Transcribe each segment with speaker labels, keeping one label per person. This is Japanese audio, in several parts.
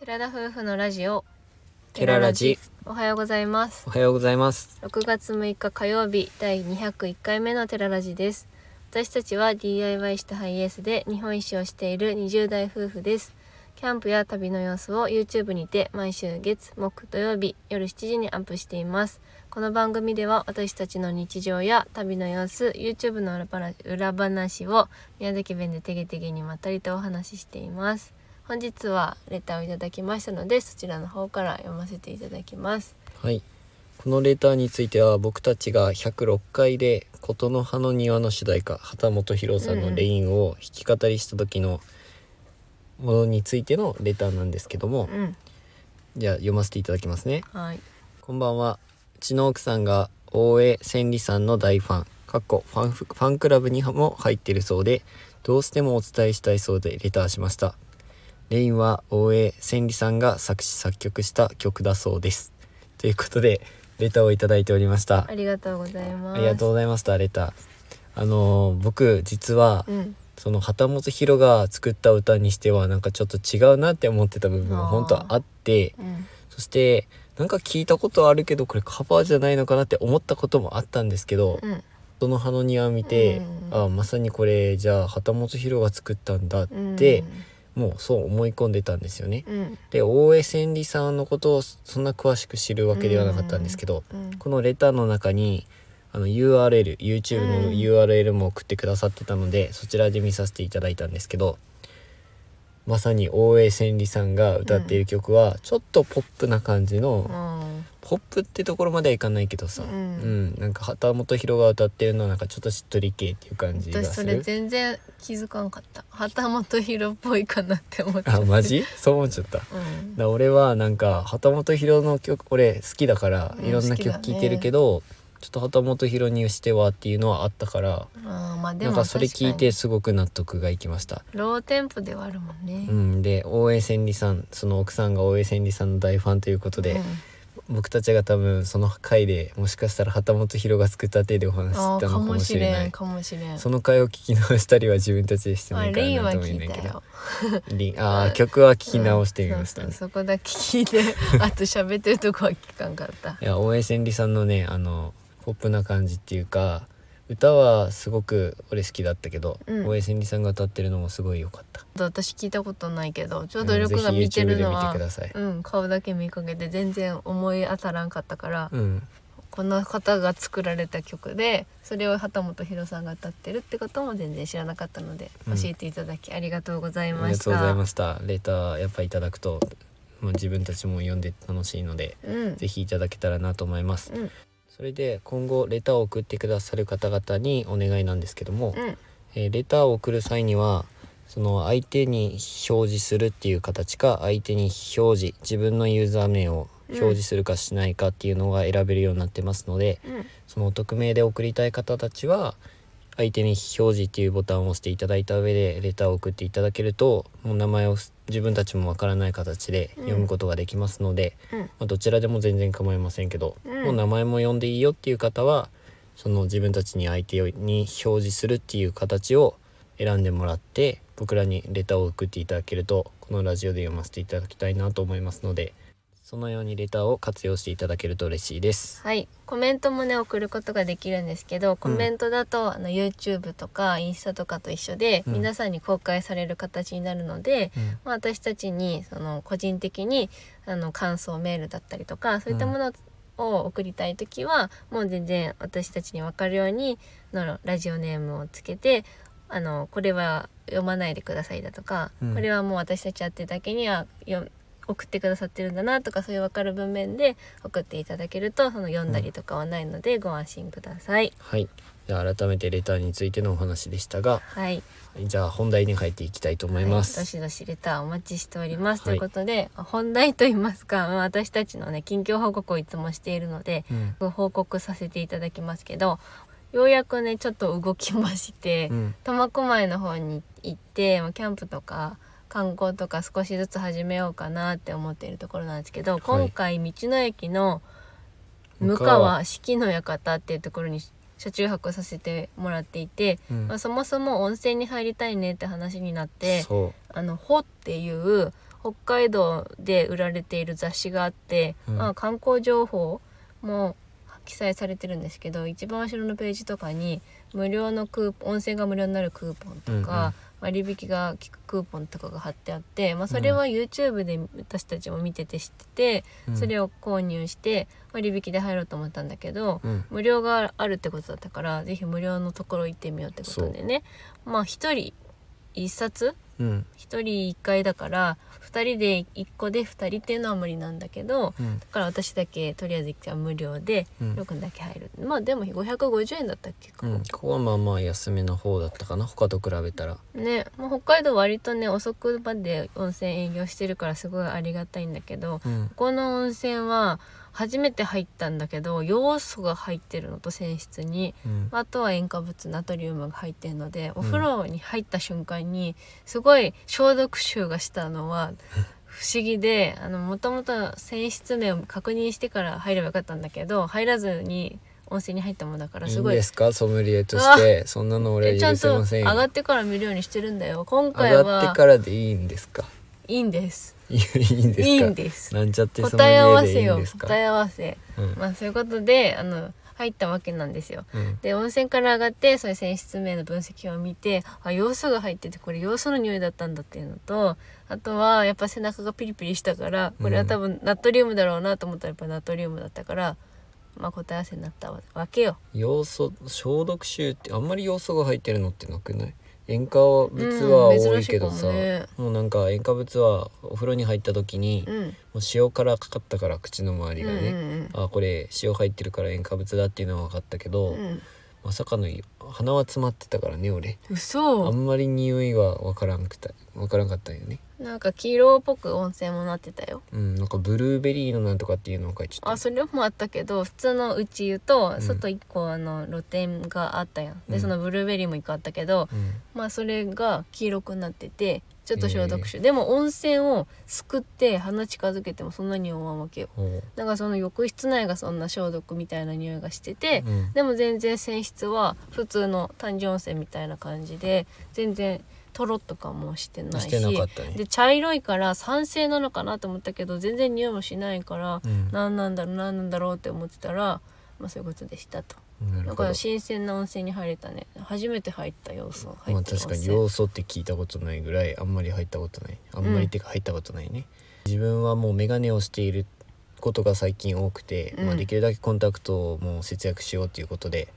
Speaker 1: 寺田夫婦のラジオ
Speaker 2: テララジ
Speaker 1: おはようございます
Speaker 2: おはようございます
Speaker 1: 6月6日火曜日第201回目のテララジです私たちは DIY したハイエースで日本一周をしている20代夫婦ですキャンプや旅の様子を YouTube にて毎週月木土曜日夜7時にアップしていますこの番組では私たちの日常や旅の様子 YouTube の裏話裏話を宮崎弁でてげてげにまったりとお話ししています本日はレターをいただきましたのでそちらの方から読ませていただきます
Speaker 2: はいこのレターについては僕たちが106回で「琴の葉の庭」の主題歌畑本博さんの「レイン」を弾き語りした時のものについてのレターなんですけども
Speaker 1: うん
Speaker 2: じゃあ読ませていただきますね
Speaker 1: はい
Speaker 2: こんばんはうちの奥さんが大江千里さんの大ファンかっこファンフファンクラブにも入っているそうでどうしてもお伝えしたいそうでレターしましたレインは大江千里さんが作詞作曲した曲だそうですということでレターをいただいておりました
Speaker 1: ありがとうございます
Speaker 2: ありがとうございましたレターあのー僕実は
Speaker 1: うん
Speaker 2: その旗本博が作った歌にしてはなんかちょっと違うなって思ってた部分が本当はあって
Speaker 1: うん
Speaker 2: そしてなんか聞いたことはあるけどこれカバーじゃないのかなって思ったこともあったんですけど、
Speaker 1: うん
Speaker 2: その葉の庭見て、
Speaker 1: うん
Speaker 2: ああまさにこれじゃあ旗本博が作ったんだっ
Speaker 1: うん
Speaker 2: て、もうそう思い込んでたんですよね。
Speaker 1: うん
Speaker 2: で大江千里さんのことをそんな詳しく知るわけではなかったんですけど、
Speaker 1: うん
Speaker 2: このレターの中にあの URL YouTube
Speaker 1: う
Speaker 2: の
Speaker 1: ん
Speaker 2: URL も送ってくださってたので、そちらで見させていただいたんですけどまさに大江千里さんが歌っている曲はちょっとポップな感じの、
Speaker 1: うん
Speaker 2: ポップってところまではいかないけどさ、
Speaker 1: う
Speaker 2: うんんなんか旗本博が歌ってるのはなんかちょっとしっとり系っていう感じが
Speaker 1: 私そ
Speaker 2: す
Speaker 1: れ
Speaker 2: る
Speaker 1: 全然気づかんかった旗本博っぽいかなって思っちゃっ
Speaker 2: あ
Speaker 1: た
Speaker 2: マジそう思っちゃっただか
Speaker 1: うん
Speaker 2: ら俺はなんか旗本博の曲俺好きだから
Speaker 1: うん
Speaker 2: いろんな
Speaker 1: 好きだ
Speaker 2: 曲
Speaker 1: ね
Speaker 2: 聴いてるけど、ちょっと旗本博にしてはっていうのはあったから
Speaker 1: あーまあで
Speaker 2: なん
Speaker 1: も
Speaker 2: かそれ聞いて
Speaker 1: 確
Speaker 2: すごく納得がいきました。
Speaker 1: かにローテンポではあるもんね
Speaker 2: う。ん、で大江千里さんその奥さんが大江千里さんの大ファンということで、僕たちが多分その回でもしかしたら旗本博が作った手でお
Speaker 1: うん、
Speaker 2: 話し
Speaker 1: あ
Speaker 2: し
Speaker 1: あ
Speaker 2: た
Speaker 1: か
Speaker 2: のかも
Speaker 1: もし
Speaker 2: しれな
Speaker 1: れん
Speaker 2: い
Speaker 1: かもしれん。
Speaker 2: その回を聞き直したりは自分たちでして
Speaker 1: ま
Speaker 2: も
Speaker 1: あ
Speaker 2: いいか
Speaker 1: レイン
Speaker 2: な
Speaker 1: は
Speaker 2: と思うん
Speaker 1: 聞い
Speaker 2: だ
Speaker 1: た
Speaker 2: けど
Speaker 1: よ。
Speaker 2: リンあー曲は聞き直してみました
Speaker 1: うん
Speaker 2: ね
Speaker 1: そうそうそこだけ聞いて あと喋ってるとこは聞かんかった。
Speaker 2: いや大江千里さんのねあのポップな感じっていうか歌はすごく俺好きだったけど、
Speaker 1: うん
Speaker 2: 大江千里さんが歌ってるのもすごい良かった
Speaker 1: 私聞いたことないけどちょ
Speaker 2: う
Speaker 1: うんど
Speaker 2: ぜ
Speaker 1: 力
Speaker 2: ひ
Speaker 1: が見て
Speaker 2: YouTube
Speaker 1: る
Speaker 2: で
Speaker 1: の
Speaker 2: 見て
Speaker 1: は
Speaker 2: く。ださい
Speaker 1: うん、顔だけ見かけて全然思い当たらんかったから、
Speaker 2: うん
Speaker 1: この方が作られた曲でそれを畑本博さんが歌ってるってことも全然知らなかったので、
Speaker 2: うん
Speaker 1: 教えていただきありがとうござい
Speaker 2: あ
Speaker 1: ま
Speaker 2: りが
Speaker 1: した。
Speaker 2: とうございましたレターやっぱいただくと、まあ、自分たちも読んで楽しいので
Speaker 1: うん
Speaker 2: ぜひいただけたらなと思います
Speaker 1: うん
Speaker 2: それで今後レターを送ってくださる方々にお願いなんですけども、
Speaker 1: うん
Speaker 2: えーレターを送る際にはその相手に表示するっていう形か相手に表示自分のユーザー名を表示するかしないかっていうのが選べるようになってますので、
Speaker 1: うん
Speaker 2: その匿名で送りたい方たちは相手に表示っていうボタンを押していただいた上でレターを送っていただけるともう名前をす自分たちもわからない形で読むことができますので、
Speaker 1: うん
Speaker 2: まあどちらでも全然構いませんけど、
Speaker 1: うん
Speaker 2: もう名前も呼んでいいよっていう方はその自分たちに相手に表示するっていう形を選んでもらって僕らにレターを送っていただけるとこのラジオで読ませていただきたいなと思いますのでそのようにレターを活用していただけると嬉しいです。
Speaker 1: はい、コメントもね送ることができるんですけどコメントだと、あの YouTube とかインスタとかと一緒で、
Speaker 2: うん
Speaker 1: 皆さんに公開される形になるので、
Speaker 2: うん
Speaker 1: まあ、私たちにその個人的にあの感想メールだったりとかそういったものを送りたい時は、もう全然私たちに分かるようにのラジオネームをつけてあのこれは読まないでくださいだとか、
Speaker 2: うん
Speaker 1: これはもう私たち宛てだけにはよ送ってくださってるんだなとかそういう分かる文面で送っていただけるとその読んだりとかはないのでご安心ください。
Speaker 2: はい、では改めてレターについてのお話でしたが
Speaker 1: はい、
Speaker 2: じゃあ本題に入っていきたいと思います、
Speaker 1: はい、どしどしレターお待ちしております、
Speaker 2: はい
Speaker 1: ということで本題といいますかまあ私たちのね近況報告をいつもしているので
Speaker 2: うん
Speaker 1: ご報告させていただきますけどようやくねちょっと動きまして
Speaker 2: うん
Speaker 1: 苫小牧の方に行ってまあキャンプとか観光とか少しずつ始めようかなって思っているところなんですけど、今回道の駅の向川四季の館っていうところに車中泊させてもらっていて、
Speaker 2: うん
Speaker 1: まあ、そもそも温泉に入りたいねって話になって
Speaker 2: そ
Speaker 1: あの「ほ」っていう北海道で売られている雑誌があって、
Speaker 2: うん
Speaker 1: まあ、観光情報も記載されてるんですけど一番後ろのページとかに無料のクーポン温泉が無料になるクーポンとか、割引が効くクーポンとかが貼ってあって、まあ、それは YouTube で私たちも見てて知ってて、
Speaker 2: うん
Speaker 1: それを購入して割引で入ろうと思ったんだけど、
Speaker 2: うん
Speaker 1: 無料があるってことだったからぜひ無料のところ行ってみようってことでねまあ一人一冊
Speaker 2: うん
Speaker 1: 一人一回だから二人で一個で二人っていうのは無理なんだけど
Speaker 2: うん
Speaker 1: だから私だけとりあえず一回無料で
Speaker 2: うん
Speaker 1: りょうくんだけ入る、まあでも550円だったっけか、
Speaker 2: うんここはまあまあ安めの方だったかな他と比べたら
Speaker 1: ね、まあ、北海道割とね遅くまで温泉営業してるからすごいありがたいんだけど
Speaker 2: うん
Speaker 1: ここの温泉は初めて入ったんだけど要素が入ってるのと泉質に。
Speaker 2: うん
Speaker 1: あとは塩化物ナトリウムが入ってるのでお風呂に入った瞬間にすごい消毒臭がしたのは不思議であのもともと泉質名を確認してから入ればよかったんだけど入らずに温泉に入ったもんだから
Speaker 2: いい
Speaker 1: す
Speaker 2: ん
Speaker 1: ごい
Speaker 2: ですかソムリエとしてそんなの俺
Speaker 1: えちゃ
Speaker 2: は許
Speaker 1: ん
Speaker 2: せ
Speaker 1: と
Speaker 2: ません
Speaker 1: 上
Speaker 2: よ
Speaker 1: がってから見るようにしてるんだよ今回
Speaker 2: 上がって
Speaker 1: は
Speaker 2: からでいいんですか
Speaker 1: いいんです
Speaker 2: いいんですか
Speaker 1: いいんです
Speaker 2: なんちゃってソムリ
Speaker 1: 答え合わ
Speaker 2: エで
Speaker 1: せ
Speaker 2: いいん
Speaker 1: よ
Speaker 2: ですか
Speaker 1: 答え合わせ
Speaker 2: うん
Speaker 1: まあそういうことであの入ったわけなんですよ
Speaker 2: うん
Speaker 1: で温泉から上がってそういう泉質名の分析を見てあ要素が入っててこれ要素の匂いだったんだっていうのとあとはやっぱ背中がピリピリしたからこれは多分ナトリウムだろうなと思ったらやっぱナトリウムだったから、まあ答え合わせになったわけよ。
Speaker 2: 要素消毒臭ってあんまり要素が入ってるのってなくない塩化物は
Speaker 1: うん
Speaker 2: 多いけど
Speaker 1: 珍しいか
Speaker 2: さ、
Speaker 1: もね
Speaker 2: もうなんか塩化物はお風呂に入った時に、
Speaker 1: う
Speaker 2: も
Speaker 1: ん、
Speaker 2: う塩辛かかったから口の周り
Speaker 1: うん
Speaker 2: が
Speaker 1: うん
Speaker 2: ね、
Speaker 1: うん
Speaker 2: あこれ塩入ってるから塩化物だっていうのは分かったけど、
Speaker 1: うん
Speaker 2: まさかの鼻は詰まってたからね俺あ
Speaker 1: 嘘
Speaker 2: んまり匂いは分からんくた分からんかったんよね
Speaker 1: なんか黄色っぽく温泉もなってたよ
Speaker 2: うんなんかブルーベリーのなんとかっていうのを書いちゃ
Speaker 1: あ
Speaker 2: った
Speaker 1: それもあったけど普通のうち湯と
Speaker 2: ん
Speaker 1: 外一個あの露店があったやん、
Speaker 2: う
Speaker 1: で
Speaker 2: ん
Speaker 1: そのブルーベリーも一個あったけど、
Speaker 2: うん
Speaker 1: まあそれが黄色くなっててちょっと消毒臭、でも温泉をすくって鼻近づけてもそんなに思わんわけよ
Speaker 2: ほう
Speaker 1: だからその浴室内がそんな消毒みたいな匂いがしてて、
Speaker 2: うん
Speaker 1: でも全然泉質は普通の単純温泉みたいな感じで全然とろっとかもしてないし
Speaker 2: してなかったね
Speaker 1: で茶色いから酸性なのかなと思ったけど全然匂いもしないから、
Speaker 2: うん
Speaker 1: 何なんだろう何なんだろうって思ってたら、まあ、そういうことでしたと。
Speaker 2: なる
Speaker 1: だ
Speaker 2: ほ
Speaker 1: か
Speaker 2: ど
Speaker 1: ら新鮮な温泉に入れたね初めて入った要素入
Speaker 2: ま
Speaker 1: っ
Speaker 2: あ
Speaker 1: てる
Speaker 2: 確かに
Speaker 1: 温
Speaker 2: 要素って聞いたことないぐらいあんまり入ったことないあんまりってか入ったことないね、自分はもう眼鏡をしていることが最近多くて、
Speaker 1: うん
Speaker 2: まあ、できるだけコンタクトをもう節約しようということで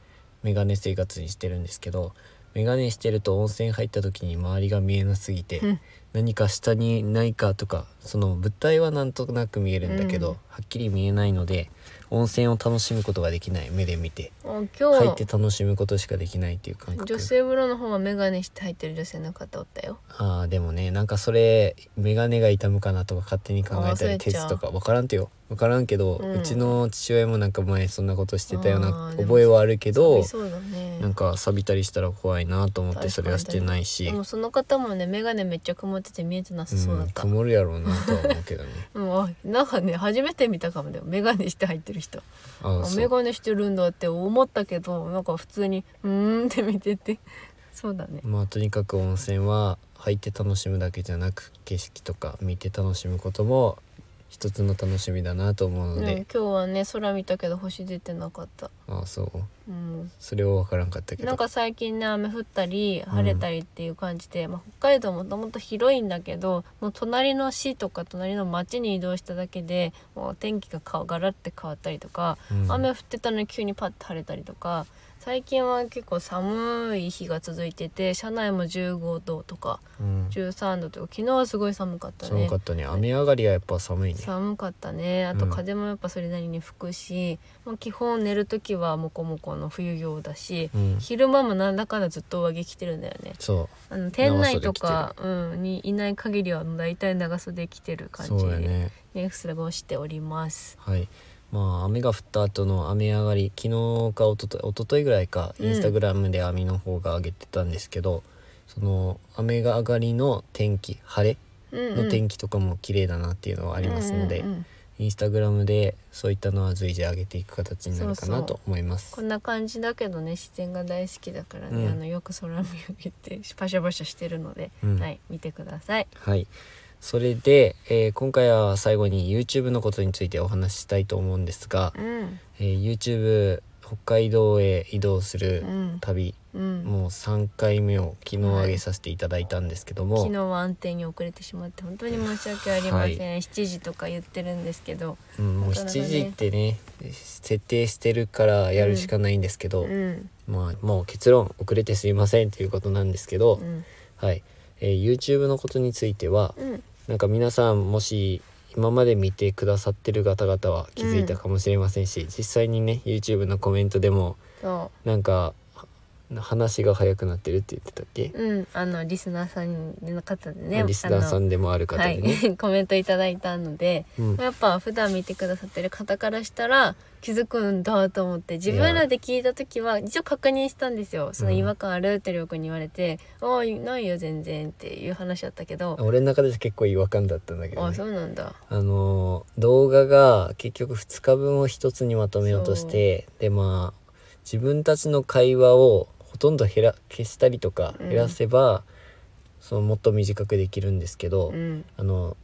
Speaker 2: 眼鏡生活にしてるんですけど眼鏡してると温泉入った時に周りが見えなすぎて、
Speaker 1: うん
Speaker 2: 何か下にないかとかその物体はなんとなく見えるんだけど、
Speaker 1: うん
Speaker 2: はっきり見えないので温泉を楽しむことができない目で見て
Speaker 1: 泉
Speaker 2: 入
Speaker 1: 今
Speaker 2: って楽しむことしかできないっていう感覚
Speaker 1: 女性風呂の方はメガネして入ってる女性の方おったよ
Speaker 2: あーでもねなんかそれ眼鏡が痛むかなとか勝手に考えた
Speaker 1: あー忘れ
Speaker 2: り
Speaker 1: ちゃう
Speaker 2: 鉄とか分からんてよ分からんけど、
Speaker 1: う
Speaker 2: うんちの父親もなんか前そんなことしてたよう
Speaker 1: あ
Speaker 2: な
Speaker 1: ーでも
Speaker 2: 覚えはあるけど
Speaker 1: そうだね
Speaker 2: なんか錆びたりしたら怖いなと思ってそれはしてないし
Speaker 1: でもその方もねメガネめっちゃ曇ってて見えてなさそうだ
Speaker 2: う
Speaker 1: っ
Speaker 2: ん
Speaker 1: た、
Speaker 2: 曇るやろうなとは思うけ どね
Speaker 1: うんあなんかね初めて見たかもでもメガネして入ってる人
Speaker 2: あ
Speaker 1: あ
Speaker 2: ーそ
Speaker 1: メ
Speaker 2: う
Speaker 1: ガネしてるんだって思ったけどなんか普通にうーんって見ててそうだね
Speaker 2: まあとにかく温泉は入って楽しむだけじゃなく景色とか見て楽しむことも一つの楽しみだなと思
Speaker 1: う
Speaker 2: う
Speaker 1: ん
Speaker 2: の
Speaker 1: 今
Speaker 2: で、
Speaker 1: 日はね空見たけど星出てなかった
Speaker 2: ああそ
Speaker 1: う
Speaker 2: う
Speaker 1: ん
Speaker 2: それを分からんかったけど
Speaker 1: なんか最近ね雨降ったり晴れたりっていう感じで、まあ、北海道もともと広いんだけどもう隣の市とか隣の町に移動しただけでもう天気がかガラッて変わったりとか、
Speaker 2: うん
Speaker 1: 雨降ってたのに急にパッと晴れたりとか最近は結構寒い日が続いてて車内も15度とか
Speaker 2: うん
Speaker 1: 13度とか昨日はすごい寒かった
Speaker 2: 寒
Speaker 1: ね
Speaker 2: か。ったね雨上がりはやっぱ寒いね
Speaker 1: 寒かったねあと
Speaker 2: うん
Speaker 1: 風もやっぱそれなりに吹くし、もう基本寝る時はモコモコの冬用だし、
Speaker 2: うん
Speaker 1: 昼間もなんだかんだずっと上着着てるんだよね
Speaker 2: そ
Speaker 1: あの店内とか、うん、にいない限りは大体長袖着てる
Speaker 2: う
Speaker 1: 感じ
Speaker 2: そうやね
Speaker 1: ね過ごしております
Speaker 2: はいまあ雨が降った後の雨上がり昨日かおとと一昨日ぐらいか
Speaker 1: うん
Speaker 2: インスタグラムで網の方が上げてたんですけど、その雨が上がりの天気晴れの天
Speaker 1: 気
Speaker 2: 気とかも綺麗だなっていうのはあ
Speaker 1: あ
Speaker 2: りますので、インスタグラムでそういったのは随時上げていく形になるかなと思います
Speaker 1: こんな感じだけどね自然が大好きだからね、
Speaker 2: うん
Speaker 1: あのよく空見上げてパシャパシャしてるので、
Speaker 2: うん
Speaker 1: はい見てください
Speaker 2: はいそれで、えー今回は最後に YouTube のことについてお話ししたいと思うんですが、
Speaker 1: うん
Speaker 2: えー YouTube 北海道へ移動す
Speaker 1: う
Speaker 2: る
Speaker 1: ん
Speaker 2: 旅、
Speaker 1: うん
Speaker 2: もう3回目を昨日上げさせていただいたんですけども、
Speaker 1: 昨日は安定に遅れてしまって本当に申し訳ありません、7時とか言ってるんですけど
Speaker 2: うん、もう
Speaker 1: なかなかね
Speaker 2: 7時ってね設定してるからやるしかないんですけ
Speaker 1: う
Speaker 2: ど、
Speaker 1: ん
Speaker 2: まあもう結論遅れてすいませんということなんですけど、
Speaker 1: うん
Speaker 2: はい、えー YouTube のことについては
Speaker 1: うん
Speaker 2: なんか皆さんもし今まで見てくださってる方々は気づいたかもしれませんし、実際にね YouTube のコメントでも
Speaker 1: そ
Speaker 2: なんかは話が早くなってるって言ってたっけ、
Speaker 1: ううんあのリスナーさんの方でね
Speaker 2: リスナーさんでもある
Speaker 1: あの
Speaker 2: 方でね、
Speaker 1: はい コメントいただいたので
Speaker 2: うん、
Speaker 1: やっぱ普段見てくださってる方からしたら気づくんだと思って自分らで聞いた時は一応確認したんですよその違和感あるってりょうくんに言われて「ああないよ全然」っていう話だったけど
Speaker 2: 俺の中で結構違和感だったん
Speaker 1: 「
Speaker 2: だけ
Speaker 1: あ
Speaker 2: ど、
Speaker 1: あ
Speaker 2: ね
Speaker 1: そ、うなんだ
Speaker 2: あのー動画が結局2日分を1つにまとめようとしてでまあ自分たちの会話をほとんど減ら消したりとか
Speaker 1: うん
Speaker 2: 減らせば、そのもっと短くできるんですけ」ど、
Speaker 1: うん
Speaker 2: あの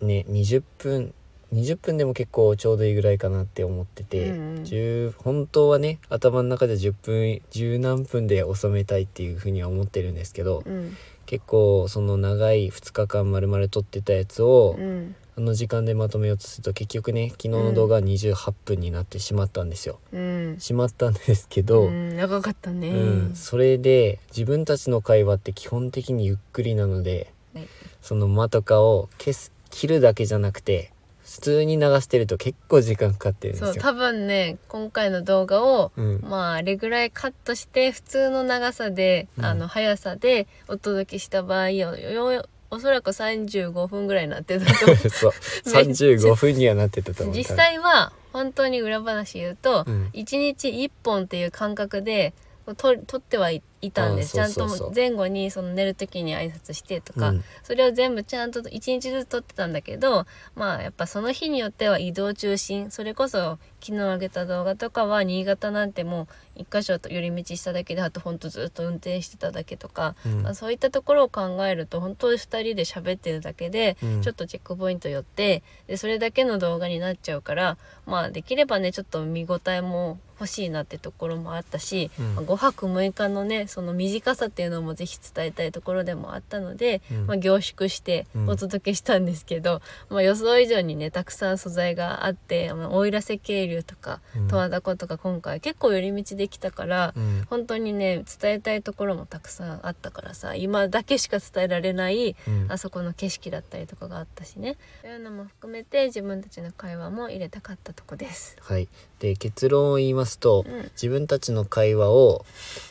Speaker 2: ね20分20分でも結構ちょうどいいぐらいかなって思ってて、
Speaker 1: うんうん
Speaker 2: 10本当はね頭の中で10分十何分で収めたいっていうふうには思ってるんですけど、
Speaker 1: うん
Speaker 2: 結構その長い2日間丸々撮ってたやつを、
Speaker 1: うん
Speaker 2: あの時間でまとめようとすると結局ね昨日の動画は28分になってしまったんですよ。
Speaker 1: うん
Speaker 2: しまったんですけど、
Speaker 1: うん長かったね、
Speaker 2: うんそれで自分たちの会話って基本的にゆっくりなので
Speaker 1: はい
Speaker 2: その間とかを消す切るだけじゃなくて普通に流してると結構時間かかってるんで
Speaker 1: そう
Speaker 2: すよ。
Speaker 1: 多分ね今回の動画を
Speaker 2: うん
Speaker 1: まああれぐらいカットして普通の長さで、
Speaker 2: うん
Speaker 1: あの速さでお届けした場合よよおそらく35分ぐらいになってたと 思う
Speaker 2: そう
Speaker 1: めっちゃ
Speaker 2: 35分にはなってたと思う
Speaker 1: 実際は本当に裏話言うと、
Speaker 2: うん
Speaker 1: 一1日1本っていう感覚でと撮ってはいいたんです
Speaker 2: あーそう
Speaker 1: ちゃ
Speaker 2: そう
Speaker 1: ん
Speaker 2: そう
Speaker 1: と前後にその寝る時に挨拶してとか、
Speaker 2: うん
Speaker 1: それを全部ちゃんと1日ずつ撮ってたんだけどまあやっぱその日によっては移動中心それこそ昨日上げた動画とかは新潟なんてもう一箇所と寄り道しただけであとほんとずっと運転してただけとか、
Speaker 2: うん
Speaker 1: まあ、そういったところを考えると本当に2人で喋ってるだけで、
Speaker 2: うん
Speaker 1: ちょっとチェックポイント寄ってでそれだけの動画になっちゃうからまあできればねちょっと見応えも欲しいなってところもあったし、
Speaker 2: うん
Speaker 1: まあ5泊6日のねその短さっていうのもぜひ伝えたいところでもあったので、
Speaker 2: うん
Speaker 1: まあ、凝縮して
Speaker 2: うん
Speaker 1: お届けしたんですけど、まあ、予想以上にねたくさん素材があって、まあ、奥入瀬渓流とか
Speaker 2: うん
Speaker 1: 十和田湖とか今回結構寄り道できたから、
Speaker 2: うん
Speaker 1: 本当にね伝えたいところもたくさんあったからさ今だけしか伝えられない
Speaker 2: うん
Speaker 1: あそこの景色だったりとかがあったしねそういうのも含めて自分たちの会話も入れたかったとこです。
Speaker 2: はい、で結論を言いますと、
Speaker 1: うん
Speaker 2: 自分たちの会話を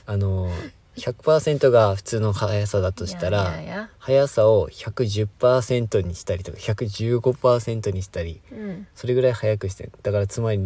Speaker 2: あの100%が普通の速さだとしたら
Speaker 1: いやいやいや
Speaker 2: 速さを110%にしたりとか115%にしたり
Speaker 1: うん
Speaker 2: それぐらい速くしてるだからつまり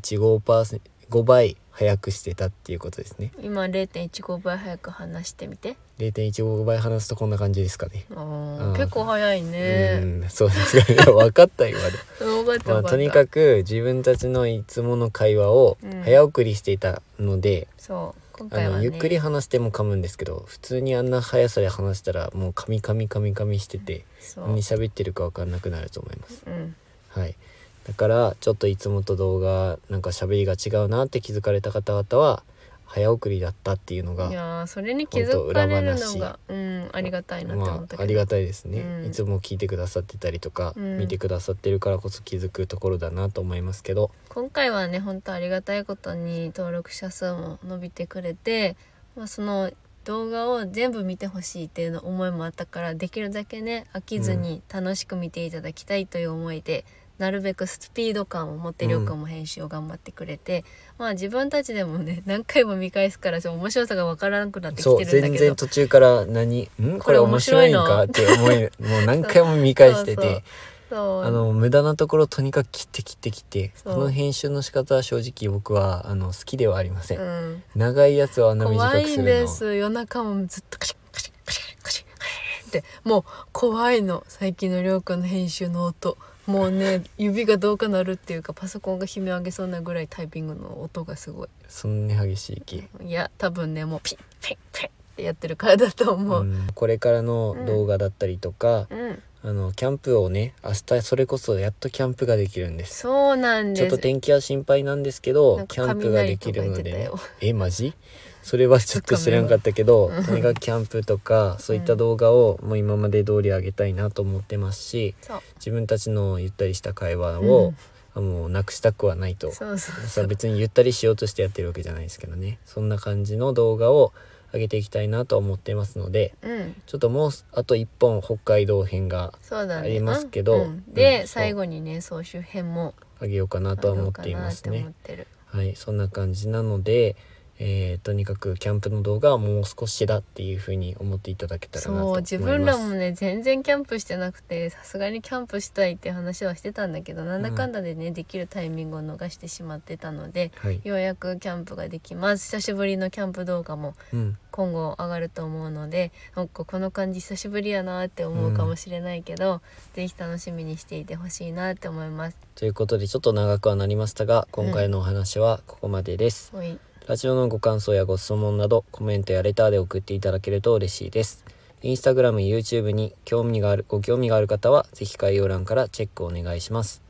Speaker 2: 0.15%五倍速くしてたっていうことですね
Speaker 1: 今0.15倍早く話してみて
Speaker 2: 0.15倍話すとこんな感じですかね、
Speaker 1: あ
Speaker 2: あ
Speaker 1: ー
Speaker 2: ー
Speaker 1: 結構早いね
Speaker 2: うんそうですかね 分かった今で、
Speaker 1: よかった
Speaker 2: ま
Speaker 1: よか
Speaker 2: あ、
Speaker 1: った
Speaker 2: とにかく自分たちのいつもの会話を
Speaker 1: うん
Speaker 2: 早送りしていたので、
Speaker 1: そう今
Speaker 2: あ
Speaker 1: 回は
Speaker 2: の
Speaker 1: ね
Speaker 2: ゆっくり話しても噛むんですけど普通にあんな速さで話したらもう噛み噛み噛み噛みしてて
Speaker 1: そう、
Speaker 2: 何喋ってるか分かんなくなると思います
Speaker 1: うん、
Speaker 2: はいだからちょっといつもと動画なんか喋りが違うなって気づかれた方々は早送りだったっていうの
Speaker 1: い
Speaker 2: が
Speaker 1: やーそれに気づかれるのがうんありがたいなって思
Speaker 2: ま
Speaker 1: ったけど、
Speaker 2: あありがたいですね、
Speaker 1: うん
Speaker 2: いつも聞いてくださってたりとか、
Speaker 1: うん
Speaker 2: 見てくださってるからこそ気づくところだなと思いますけど
Speaker 1: 今回はね本当ありがたいことに登録者数も伸びてくれて、まあ、その動画を全部見てほしいっていうの思いもあったからできるだけね飽きずに楽しく見ていただきたいという思いで、なるべくスピード感を持ってりょうくんも編集を頑張ってくれて、まあ自分たちでもね何回も見返すからちょっと面白さがわからなくなってきて
Speaker 2: そう
Speaker 1: るんだ
Speaker 2: 全
Speaker 1: けど
Speaker 2: 然途中から何「んこれ面白いんか?」って思 いもう何回も見返して
Speaker 1: そうそう
Speaker 2: て。
Speaker 1: そう
Speaker 2: あの無駄なところをとにかく切って切って切って
Speaker 1: そう
Speaker 2: この編集の仕方は正直僕はあの好きではありません、
Speaker 1: うん
Speaker 2: 長いやつをあんな短
Speaker 1: 怖
Speaker 2: く
Speaker 1: い
Speaker 2: す
Speaker 1: ん
Speaker 2: る
Speaker 1: で
Speaker 2: の
Speaker 1: す夜中もずっとカシャカシャカシャカシャカシャってもう怖いの最近のりょうくんの編集の音もうね指がどうかなるっていうかパソコンが悲鳴上げそうなぐらいタイピングの音がすごい
Speaker 2: そんなに激しい気
Speaker 1: いや多分ねもうピッピッピッっってやってるからだと思
Speaker 2: う
Speaker 1: う。
Speaker 2: んこれからの動画だったりとか、
Speaker 1: うん、
Speaker 2: あのキャンプをね明日それこそやっとキャンプができるんです
Speaker 1: そうなん
Speaker 2: ちょ
Speaker 1: で
Speaker 2: っと
Speaker 1: す。
Speaker 2: 天気は心配なんですけ
Speaker 1: なん
Speaker 2: ど
Speaker 1: か
Speaker 2: キャンプができるので、
Speaker 1: 雷
Speaker 2: ね
Speaker 1: とか言って、
Speaker 2: えマジ それはちょっと知らんかったけどとにかくキャンプとかそういった動画をもう今まで通り上げたいなと思ってますし
Speaker 1: そう、
Speaker 2: 自分たちのゆったりした会話
Speaker 1: う
Speaker 2: を
Speaker 1: ん、
Speaker 2: あもうなくしたくはないと
Speaker 1: そうそう
Speaker 2: さ別にゆったりしようとしてやってるわけじゃないですけどねそんな感じの動画を上げていきたいなと思ってますので
Speaker 1: うん、
Speaker 2: ちょっともうあと1本北海道編が
Speaker 1: そうだね。
Speaker 2: ありますけど
Speaker 1: うんうんで、
Speaker 2: うん
Speaker 1: 最後にね、総集編も
Speaker 2: 上げようかなとは思っています
Speaker 1: あげよ
Speaker 2: ね
Speaker 1: うかなっ。て思ってる。
Speaker 2: はい、そんな感じなので、えーとにかくキャンプの動画はもう少しだっていう風に思っていただけたらなと
Speaker 1: そう
Speaker 2: 思います。
Speaker 1: 自分らもね全然キャンプしてなくてさすがにキャンプしたいって話はしてたんだけどなんだかんだでね、できるタイミングを逃してしまってたので
Speaker 2: はい、
Speaker 1: ようやくキャンプができます久しぶりのキャンプ動画も
Speaker 2: うん、
Speaker 1: 今後上がると思うのでなんかこの感じ久しぶりやなって思うかもしれないけど、ぜひ楽しみにしていてほしいなって思います。
Speaker 2: ということでちょっと長くはなりましたが今回のお話はここまでです。
Speaker 1: ほい
Speaker 2: ラジオのご感想やご質問などコメントやレターで送っていただけると嬉しいです。インスタグラム、YouTube に興味があるご興味がある方はぜひ概要欄からチェックお願いします。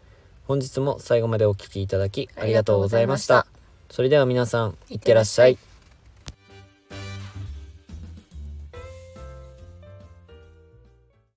Speaker 2: 本日も最後までお聴きいただきありがとうございました。
Speaker 1: ありがとう
Speaker 2: それでは皆さん、いってらっしゃい。